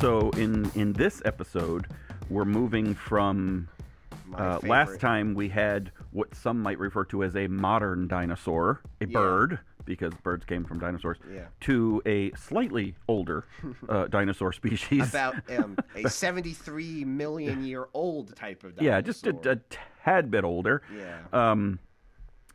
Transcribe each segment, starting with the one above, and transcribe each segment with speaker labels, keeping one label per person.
Speaker 1: So in in this episode, we're moving from
Speaker 2: My
Speaker 1: uh,
Speaker 2: favorite.
Speaker 1: last time we had what some might refer to as a modern dinosaur, a
Speaker 2: Yeah.
Speaker 1: bird, because birds came from dinosaurs,
Speaker 2: Yeah.
Speaker 1: to a slightly older uh, dinosaur species.
Speaker 2: About um, a 73 million year old type of dinosaur.
Speaker 1: yeah, just a, a tad bit older.
Speaker 2: Yeah.
Speaker 1: Um,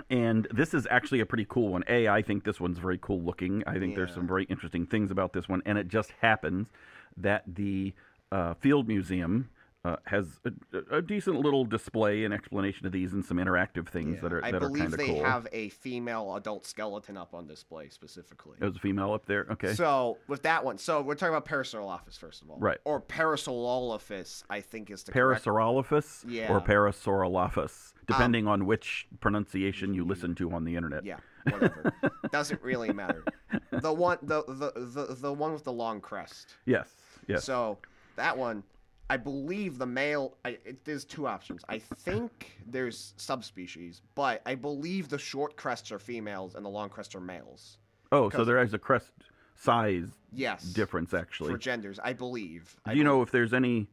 Speaker 1: and this is actually a pretty cool one. A, I think this one's very cool looking. I think there's
Speaker 2: Yeah.
Speaker 1: some very interesting things about this one. And it just happens that the uh, Field Museum uh, has a, a decent little display and explanation of these and some interactive things
Speaker 2: Yeah.
Speaker 1: that are
Speaker 2: I
Speaker 1: that are
Speaker 2: believe
Speaker 1: kind of
Speaker 2: they
Speaker 1: cool.
Speaker 2: have a female adult skeleton up on display specifically.
Speaker 1: There's a female up there. Oh, Okay.
Speaker 2: So with that one, so we're talking about Parasaurolophus first of all,
Speaker 1: Right.
Speaker 2: Or Parasaurolophus, I think is the correct.
Speaker 1: Parasaurolophus
Speaker 2: Yeah. Um,
Speaker 1: or Parasaurolophus, depending on which pronunciation you listen to on the internet.
Speaker 2: Yeah, whatever. Doesn't really matter. The one, the, the the the one with the long crest.
Speaker 1: Yes. Yes.
Speaker 2: So that one, I believe the male. I, it, there's two options. I think there's subspecies, but I believe the short crests are females and the long crests are males.
Speaker 1: oh, so
Speaker 2: because-
Speaker 1: there is a crest size
Speaker 2: Yes.
Speaker 1: difference actually.
Speaker 2: for genders, I believe. I
Speaker 1: Do you know if there's any?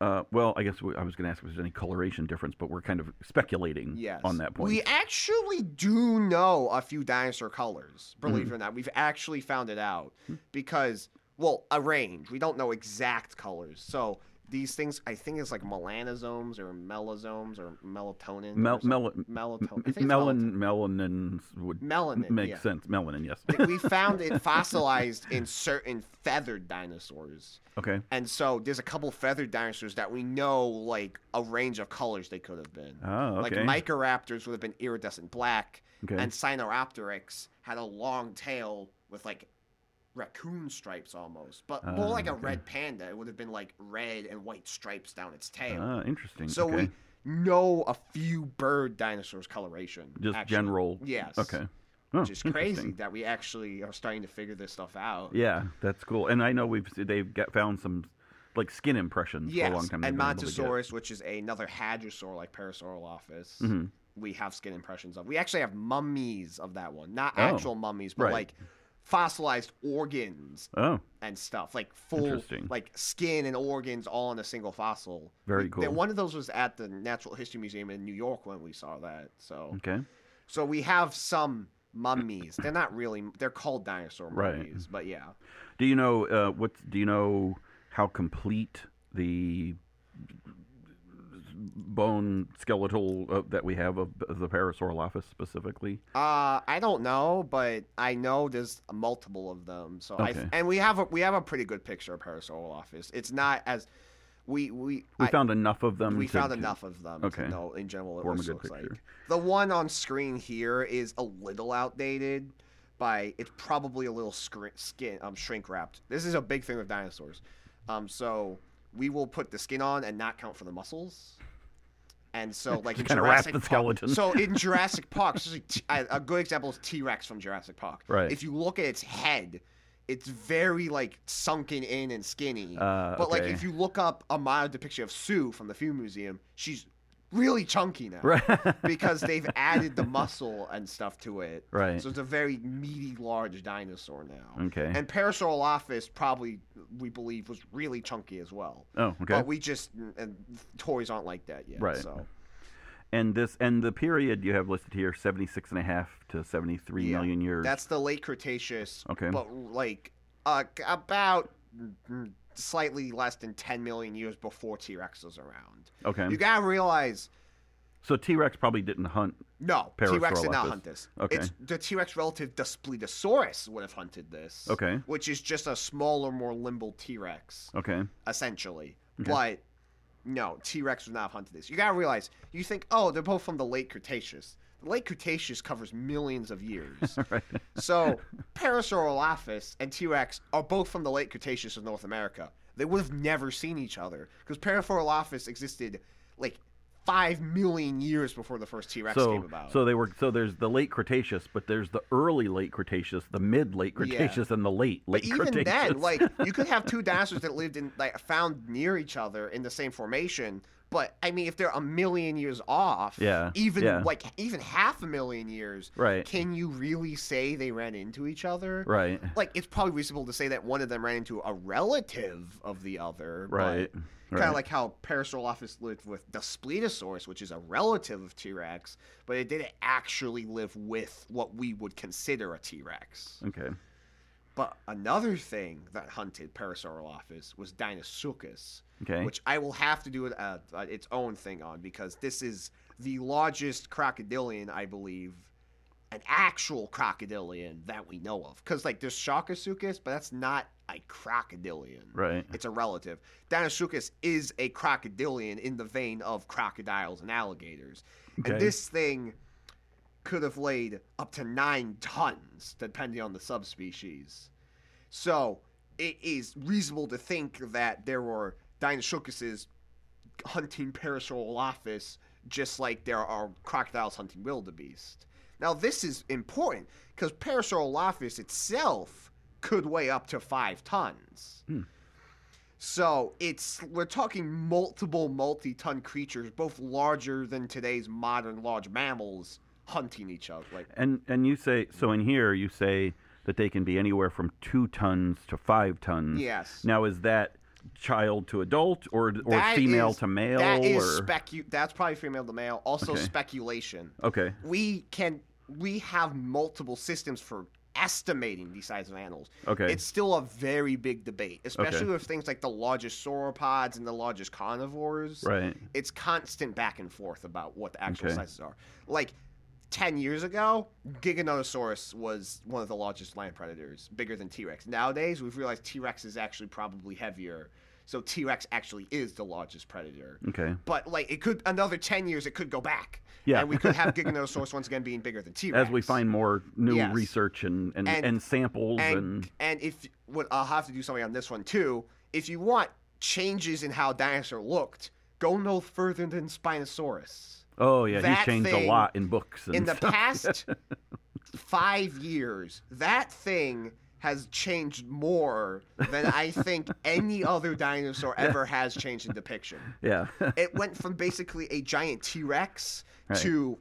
Speaker 1: Uh, well, I guess we, I was going to ask if there's any coloration difference, but we're kind of speculating
Speaker 2: Yes.
Speaker 1: on that point.
Speaker 2: We actually do know a few dinosaur colors, believe
Speaker 1: Hmm.
Speaker 2: it or not. We've actually found it out because, well, a range. We don't know exact colors. So these things, I think it's like melanosomes or melasomes or melatonin.
Speaker 1: Mel-
Speaker 2: or something.
Speaker 1: mel-
Speaker 2: melatonin. I think it's
Speaker 1: Melon, melanin would
Speaker 2: Melanin,
Speaker 1: make
Speaker 2: yeah.
Speaker 1: sense. Melanin, yes.
Speaker 2: melatonin. we found it fossilized in certain feathered dinosaurs.
Speaker 1: okay.
Speaker 2: And so there's a couple feathered dinosaurs that we know like a range of colors they could have been.
Speaker 1: Oh, okay.
Speaker 2: Like Microraptors would have been iridescent black,
Speaker 1: Okay.
Speaker 2: and Cynoraptorix had a long tail with like raccoon stripes almost, but more
Speaker 1: Ah,
Speaker 2: like a
Speaker 1: okay.
Speaker 2: red panda. It would have been like red and white stripes down its tail.
Speaker 1: Ah, interesting.
Speaker 2: so
Speaker 1: okay.
Speaker 2: we know a few bird dinosaurs coloration.
Speaker 1: just
Speaker 2: actually.
Speaker 1: general.
Speaker 2: Yes.
Speaker 1: Okay. Oh,
Speaker 2: Which is crazy
Speaker 1: interesting.
Speaker 2: that we actually are starting to figure this stuff out.
Speaker 1: Yeah, that's cool. And I know we've they've got, found some like skin impressions
Speaker 2: Yes,
Speaker 1: for a long time.
Speaker 2: and
Speaker 1: they've been able to get.
Speaker 2: Montosaurus, which is another hadrosaur like Parasaurolophus,
Speaker 1: Mhm.
Speaker 2: we have skin impressions of. We actually have mummies of that one, not
Speaker 1: Oh,
Speaker 2: actual mummies, but
Speaker 1: right.
Speaker 2: like fossilized organs
Speaker 1: Oh,
Speaker 2: and stuff, like full
Speaker 1: Interesting.
Speaker 2: like skin and organs all in a single fossil.
Speaker 1: Very
Speaker 2: We-
Speaker 1: cool.
Speaker 2: that- One of those was at the Natural History Museum in New York when we saw that. So,
Speaker 1: okay.
Speaker 2: so we have some mummies. They're not really. They're called dinosaur
Speaker 1: Right.
Speaker 2: mummies, but yeah.
Speaker 1: Do you know uh, what? Do you know how complete the bone skeletal uh, that we have of, of the Parasaurolophus specifically?
Speaker 2: Uh, I don't know, but I know there's multiple of them. So
Speaker 1: Okay.
Speaker 2: I and we have a we have a pretty good picture of Parasaurolophus. It's not as we we
Speaker 1: We
Speaker 2: I-
Speaker 1: found enough of them.
Speaker 2: we
Speaker 1: to-
Speaker 2: found
Speaker 1: to-
Speaker 2: enough of them
Speaker 1: Okay.
Speaker 2: to know in general what
Speaker 1: Form a
Speaker 2: this
Speaker 1: good
Speaker 2: looks like.
Speaker 1: picture.
Speaker 2: The one on screen here is a little outdated. By it's probably a little scr- skin um shrink wrapped. This is a big thing with dinosaurs. Um, so we will put the skin on and not count for the muscles. And so, like in
Speaker 1: kinda wrap
Speaker 2: Jurassic
Speaker 1: the
Speaker 2: Park-
Speaker 1: skeleton.
Speaker 2: so in Jurassic Park, so like t- a a good example is T Rex from Jurassic Park.
Speaker 1: Right.
Speaker 2: If you look at its head, it's very like sunken in and skinny.
Speaker 1: Uh,
Speaker 2: but like
Speaker 1: okay.
Speaker 2: if you look up a modern depiction of Sue from the Film Museum, she's really chunky now
Speaker 1: Right.
Speaker 2: because they've added the muscle and stuff to it.
Speaker 1: Right.
Speaker 2: So it's a very meaty, large dinosaur now.
Speaker 1: Okay.
Speaker 2: And Parasaurolophus probably we believe was really chunky as well.
Speaker 1: oh, okay.
Speaker 2: But we just and toys aren't like that yet.
Speaker 1: Right.
Speaker 2: So.
Speaker 1: and this and the period you have listed here, seventy-six and a half to seventy-three million
Speaker 2: Yeah,
Speaker 1: years.
Speaker 2: That's the late Cretaceous.
Speaker 1: Okay.
Speaker 2: But like uh, c- about mm, slightly less than 10 million years before T Rex was around.
Speaker 1: okay.
Speaker 2: You gotta realize,
Speaker 1: so T-Rex probably didn't hunt.
Speaker 2: no, T Rex did not
Speaker 1: Parasaurolophus.
Speaker 2: hunt this.
Speaker 1: Okay.
Speaker 2: It's the T Rex relative Despletosaurus would have hunted this.
Speaker 1: Okay.
Speaker 2: Which is just a smaller, more limber T Rex,
Speaker 1: Okay.
Speaker 2: essentially. But no, T Rex would not have hunted this. You gotta realize, you think, oh, they're both from the late Cretaceous. The late Cretaceous covers millions of years.
Speaker 1: Right.
Speaker 2: So, Parasaurolophus and T Rex are both from the late Cretaceous of North America. They would have never seen each other because Parasaurolophus existed like five million years before the first T Rex came
Speaker 1: So,
Speaker 2: about.
Speaker 1: so they were. So there's the late Cretaceous, but there's the early late Cretaceous, the mid late Cretaceous, and the late late
Speaker 2: even
Speaker 1: Cretaceous.
Speaker 2: then, like you could have two dinosaurs that lived in like found near each other in the same formation, But I mean, if they're a million years off,
Speaker 1: Yeah,
Speaker 2: even
Speaker 1: yeah.
Speaker 2: like even half a million years,
Speaker 1: Right.
Speaker 2: Can you really say they ran into each other?
Speaker 1: Right.
Speaker 2: Like it's probably reasonable to say that one of them ran into a relative of the other, but
Speaker 1: Right.
Speaker 2: Kind
Speaker 1: Right.
Speaker 2: of like how Parasaurolophus lived with the Spletosaurus, which is a relative of T Rex, but it didn't actually live with what we would consider a T Rex.
Speaker 1: Okay.
Speaker 2: But another thing that hunted Parasaurolophus was Dinosuchus,
Speaker 1: Okay.
Speaker 2: which I will have to do a, a, its own thing on because this is the largest crocodilian, I believe, an actual crocodilian that we know of. Because, like, there's Sharkosuchus, but that's not a crocodilian.
Speaker 1: right.
Speaker 2: It's a relative. Dinosuchus is a crocodilian in the vein of crocodiles and alligators.
Speaker 1: Okay.
Speaker 2: And this thing could have laid up to nine tons, depending on the subspecies. So it is reasonable to think that there were Dinosuchuses hunting Parasaurolophus just like there are crocodiles hunting wildebeest. Now, this is important because Parasaurolophus itself could weigh up to five tons. So it's we're talking multiple multi-ton creatures, both larger than today's modern large mammals, hunting each other. Like
Speaker 1: And and you say so in here you say that they can be anywhere from two tons to five tons.
Speaker 2: yes,
Speaker 1: Mm. Now is that child to adult or or
Speaker 2: That
Speaker 1: female
Speaker 2: is-
Speaker 1: to male
Speaker 2: that is
Speaker 1: or
Speaker 2: specu. That's probably female to male. Also
Speaker 1: Okay.
Speaker 2: speculation.
Speaker 1: okay
Speaker 2: We can we have multiple systems for estimating the size of animals.
Speaker 1: okay
Speaker 2: It's still a very big debate, especially with things like the largest sauropods and the largest carnivores.
Speaker 1: right
Speaker 2: it's constant back and forth about what the actual
Speaker 1: Okay.
Speaker 2: sizes are. Like ten years ago, Giganotosaurus was one of the largest land predators, bigger than T Rex. Nowadays, we've realized T Rex is actually probably heavier, so T Rex actually is the largest predator.
Speaker 1: okay
Speaker 2: But like, it could another ten years, it could go back,
Speaker 1: Yeah.
Speaker 2: and we could have Giganotosaurus once again being bigger than T Rex
Speaker 1: as we find more new
Speaker 2: Yes.
Speaker 1: research and and, and
Speaker 2: And-
Speaker 1: samples and,
Speaker 2: and and if what I'll have to do something on this one too. If you want changes in how dinosaur looked, go no further than Spinosaurus.
Speaker 1: oh yeah he's
Speaker 2: that
Speaker 1: changed a
Speaker 2: thing
Speaker 1: lot in books and
Speaker 2: in the
Speaker 1: stuff.
Speaker 2: past five years, that thing has changed more than I think any other dinosaur ever has changed in depiction.
Speaker 1: yeah
Speaker 2: It went from basically a giant T Rex
Speaker 1: Right.
Speaker 2: to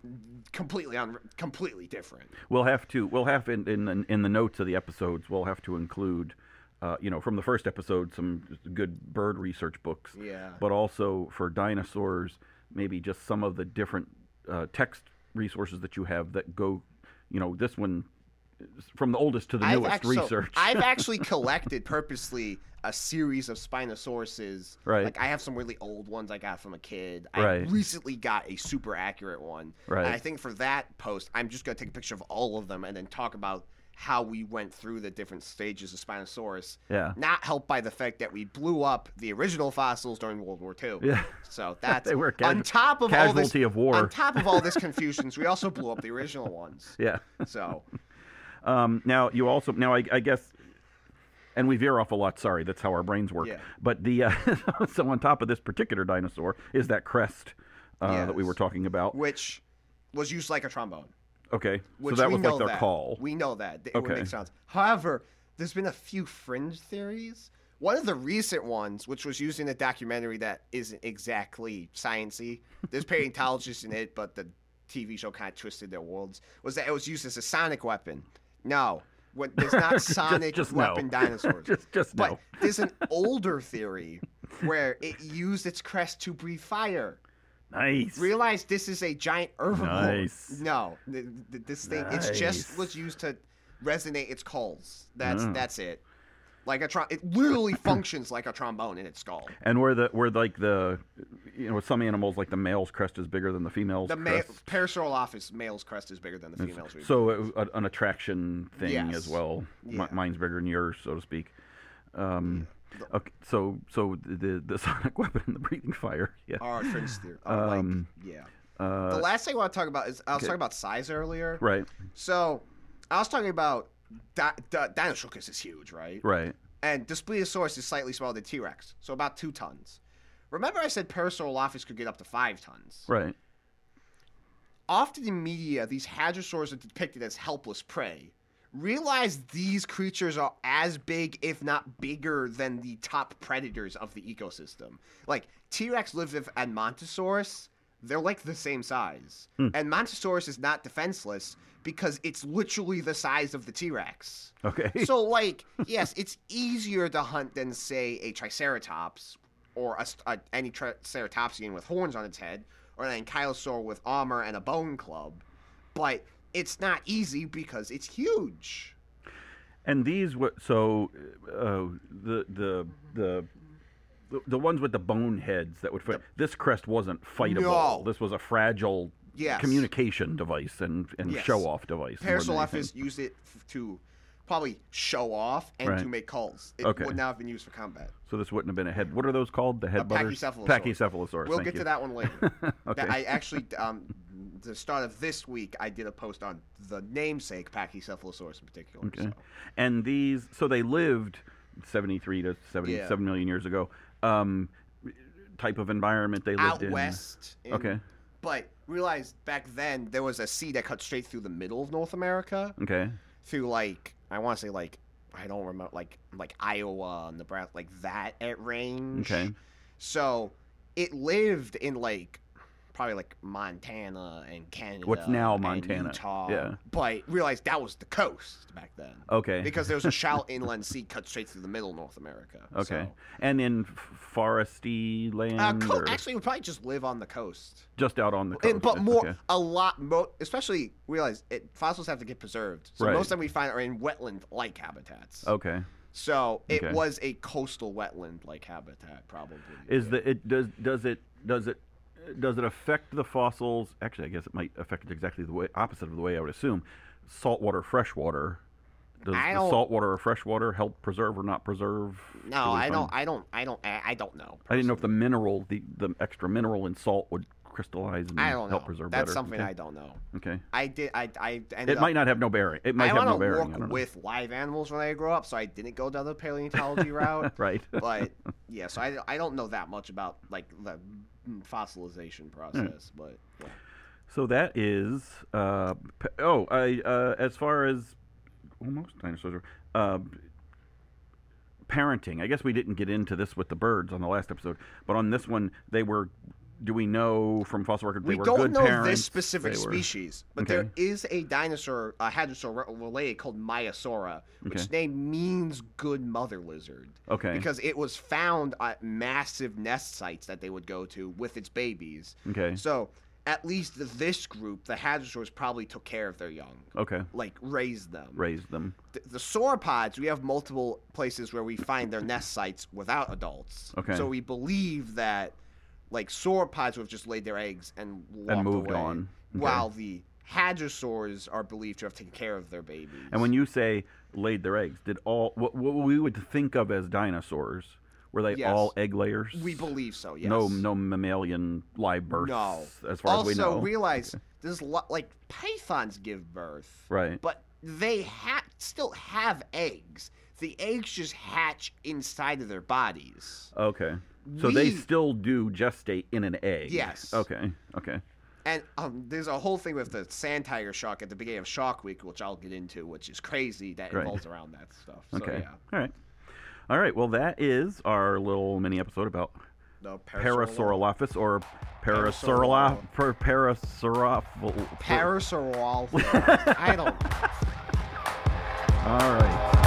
Speaker 2: completely un- completely different.
Speaker 1: We'll have to. We'll have in in the, in the notes of the episodes. We'll have to include, uh, you know, from the first episode, some good bird research books.
Speaker 2: Yeah.
Speaker 1: But also for dinosaurs, maybe just some of the different uh, text resources that you have that go, you know, this one is from the oldest to the newest
Speaker 2: act- so
Speaker 1: research.
Speaker 2: I've actually collected purposely a series of Spinosauruses.
Speaker 1: Right.
Speaker 2: Like I have some really old ones I got from a kid.
Speaker 1: Right.
Speaker 2: I recently got a super accurate one.
Speaker 1: Right.
Speaker 2: And I think for that post, I'm just gonna take a picture of all of them and then talk about how we went through the different stages of Spinosaurus.
Speaker 1: yeah.
Speaker 2: Not helped by the fact that we blew up the original fossils during World War II.
Speaker 1: Yeah.
Speaker 2: So that's
Speaker 1: They were ca-
Speaker 2: on top of all this
Speaker 1: Casualty of war.
Speaker 2: on top of all this confusions, we also blew up the original ones.
Speaker 1: yeah.
Speaker 2: So
Speaker 1: Um, now you also now I, I guess, and we veer off a lot. Sorry, that's how our brains work.
Speaker 2: Yeah.
Speaker 1: But the uh, so on top of this particular dinosaur is that crest uh, that we
Speaker 2: Yes.
Speaker 1: were talking about.
Speaker 2: which was used like a trombone.
Speaker 1: Okay,
Speaker 2: Which
Speaker 1: so that
Speaker 2: we
Speaker 1: was
Speaker 2: know
Speaker 1: like their
Speaker 2: that.
Speaker 1: call.
Speaker 2: We know that. It would
Speaker 1: Okay.
Speaker 2: make sounds. However, there's been a few fringe theories. One of the recent ones, which was used in a documentary that isn't exactly sciencey, there's paleontologists in it, but the TV show kind of twisted their worlds, was that it was used as a sonic weapon. No, what, there's not sonic
Speaker 1: just no.
Speaker 2: weapon dinosaurs.
Speaker 1: just just
Speaker 2: but
Speaker 1: no.
Speaker 2: there's an older theory where it used its crest to breathe fire
Speaker 1: Nice.
Speaker 2: realize this is a giant herbivore.
Speaker 1: Nice.
Speaker 2: No, th- th- this thing it's
Speaker 1: Nice.
Speaker 2: just was used to resonate its calls. That's
Speaker 1: Mm.
Speaker 2: that's it. Like a trom- it literally functions like a trombone in its skull.
Speaker 1: And where the where like the you know some animals like the male's crest is bigger than the female's
Speaker 2: The ma-
Speaker 1: crest.
Speaker 2: Parasaurolophus male's crest is bigger than the female's. we-
Speaker 1: So it, a, an attraction thing
Speaker 2: Yes.
Speaker 1: as well. Mi-
Speaker 2: Yeah.
Speaker 1: mine's bigger than yours, so to speak. Um, okay, so so the the sonic weapon and the breathing fire. Yeah.
Speaker 2: are fringe theory. are uh, like-
Speaker 1: Um,
Speaker 2: yeah. The
Speaker 1: Uh,
Speaker 2: last thing I want to talk about is I was
Speaker 1: okay.
Speaker 2: talking about size earlier.
Speaker 1: right.
Speaker 2: So I was talking about di- di- Dinosuchus is huge, right?
Speaker 1: Right.
Speaker 2: and the Spletosaurus is slightly smaller than T Rex, so about two tons. Remember, I said Parasaurolophus could get up to five tons.
Speaker 1: Right.
Speaker 2: Often in media, these hadrosaurs are depicted as helpless prey, realize these creatures are as big, if not bigger, than the top predators of the ecosystem. Like T Rex lives with and Montosaurus, they're like the same size. And Montosaurus is not defenseless because it's literally the size of the T Rex.
Speaker 1: Okay.
Speaker 2: So, like, yes, it's easier to hunt than, say, a Triceratops or a, st- a- any Triceratopsian with horns on its head or an Ankylosaur with armor and a bone club. But it's not easy because it's huge.
Speaker 1: And these were so uh, the the the. The ones with the bone heads that would fight. This crest wasn't fightable.
Speaker 2: No.
Speaker 1: This was a fragile
Speaker 2: Yes.
Speaker 1: communication device and, and
Speaker 2: Yes.
Speaker 1: show off device. more than
Speaker 2: Parasaurolophus
Speaker 1: anything.
Speaker 2: used it f- to probably show off and
Speaker 1: Right.
Speaker 2: to make calls. It
Speaker 1: Okay.
Speaker 2: would not have been used for combat.
Speaker 1: So this wouldn't have been a head. What are those called? The head butters?
Speaker 2: pachycephalosaur.
Speaker 1: Pachycephalosaur.
Speaker 2: We'll
Speaker 1: thank
Speaker 2: get
Speaker 1: you.
Speaker 2: to that one later.
Speaker 1: Okay.
Speaker 2: That I actually, um, the start of this week, I did a post on the namesake Pachycephalosaurus in particular.
Speaker 1: Okay.
Speaker 2: So.
Speaker 1: And these, so they lived 73 to
Speaker 2: Yeah.
Speaker 1: seventy-seven million years ago. Um, type of environment they lived
Speaker 2: Out
Speaker 1: in.
Speaker 2: west. in-
Speaker 1: Okay.
Speaker 2: But realize back then there was a sea that cut straight through the middle of North America,
Speaker 1: Okay.
Speaker 2: through like I want to say like I don't remember like like Iowa, Nebraska, like that at range.
Speaker 1: Okay.
Speaker 2: So it lived in like probably like Montana and Canada.
Speaker 1: What's now
Speaker 2: and
Speaker 1: Montana.
Speaker 2: Utah.
Speaker 1: Yeah.
Speaker 2: But realized that was the coast back then.
Speaker 1: Okay.
Speaker 2: Because there was a shallow inland sea cut straight through the middle of North America.
Speaker 1: okay.
Speaker 2: So-
Speaker 1: And in f- foresty land,
Speaker 2: Uh, co-
Speaker 1: or
Speaker 2: actually, we probably just live on the coast.
Speaker 1: just out on the coast.
Speaker 2: And, but
Speaker 1: That's
Speaker 2: more,
Speaker 1: okay.
Speaker 2: a lot more, especially realize it, fossils have to get preserved. So
Speaker 1: Right.
Speaker 2: most of them we find are in wetland like habitats.
Speaker 1: Okay.
Speaker 2: So it
Speaker 1: Okay.
Speaker 2: was a coastal wetland like habitat, probably.
Speaker 1: Is the it does does it does it does it affect the fossils? Actually, I guess it might affect it exactly the way opposite of the way I would assume. Saltwater, freshwater. Does
Speaker 2: I
Speaker 1: the
Speaker 2: don't-
Speaker 1: saltwater or freshwater help preserve or not preserve? Do
Speaker 2: No,
Speaker 1: we
Speaker 2: I don't,
Speaker 1: find-
Speaker 2: I don't, I don't, I I don't know.
Speaker 1: I didn't know if the mineral, the, the extra mineral in salt would crystallize and
Speaker 2: I don't know.
Speaker 1: help preserve
Speaker 2: That's
Speaker 1: better.
Speaker 2: something
Speaker 1: okay.
Speaker 2: I don't know.
Speaker 1: Okay.
Speaker 2: I did. I. I ended
Speaker 1: It might
Speaker 2: up,
Speaker 1: not have no bearing. It might
Speaker 2: I
Speaker 1: have no
Speaker 2: want to
Speaker 1: bearing. I
Speaker 2: work
Speaker 1: don't know.
Speaker 2: with live animals when I grow up, so I didn't go down the paleontology route.
Speaker 1: right.
Speaker 2: But yeah, so I, I don't know that much about like the mm,
Speaker 1: Hmm.
Speaker 2: fossilization process, but yeah.
Speaker 1: So that is uh, p- oh, I uh, as far as well, most dinosaurs are uh, parenting. I guess we didn't get into this with the birds on the last episode, but on this one they were. Do we know from fossil records they
Speaker 2: we
Speaker 1: were
Speaker 2: don't
Speaker 1: good
Speaker 2: know
Speaker 1: parents?
Speaker 2: this specific
Speaker 1: They were-
Speaker 2: species, but
Speaker 1: Okay.
Speaker 2: there is a dinosaur, a hadrosaur re- related called Myasaura, which
Speaker 1: Okay.
Speaker 2: name means good mother lizard.
Speaker 1: Okay.
Speaker 2: Because it was found at massive nest sites that they would go to with its babies.
Speaker 1: okay.
Speaker 2: So at least this group, the hadrosaurs, probably took care of their young,
Speaker 1: Okay.
Speaker 2: like raised them.
Speaker 1: Raised them.
Speaker 2: Th- The, sauropods, we have multiple places where we find their nest sites without adults.
Speaker 1: Okay.
Speaker 2: So we believe that like sauropods would have just laid their eggs and walked
Speaker 1: moved
Speaker 2: away,
Speaker 1: on. Okay.
Speaker 2: while the hadrosaurs are believed to have taken care of their babies.
Speaker 1: And when you say laid their eggs, did all what, what we would think of as dinosaurs were they
Speaker 2: Yes.
Speaker 1: all egg layers?
Speaker 2: we believe so, yes.
Speaker 1: No, no mammalian live births.
Speaker 2: No.
Speaker 1: as far
Speaker 2: also,
Speaker 1: as we know.
Speaker 2: realize there's lo- like pythons give birth.
Speaker 1: right.
Speaker 2: but they ha- still have eggs. The eggs just hatch inside of their bodies.
Speaker 1: Okay. So they
Speaker 2: We-
Speaker 1: still do gestate in an egg.
Speaker 2: Yes.
Speaker 1: Okay. Okay.
Speaker 2: And um, there's a whole thing with the sand tiger shark at the beginning of Shark Week, which I'll get into, which is crazy that
Speaker 1: Right.
Speaker 2: involves around that stuff. So,
Speaker 1: Okay.
Speaker 2: yeah.
Speaker 1: All right. All right. Well, that is our little mini episode about
Speaker 2: The parasaural-
Speaker 1: Parasaurolophus or Parasaurolophus. Parasaurolophus.
Speaker 2: Parasaurolophus. I don't
Speaker 1: All right.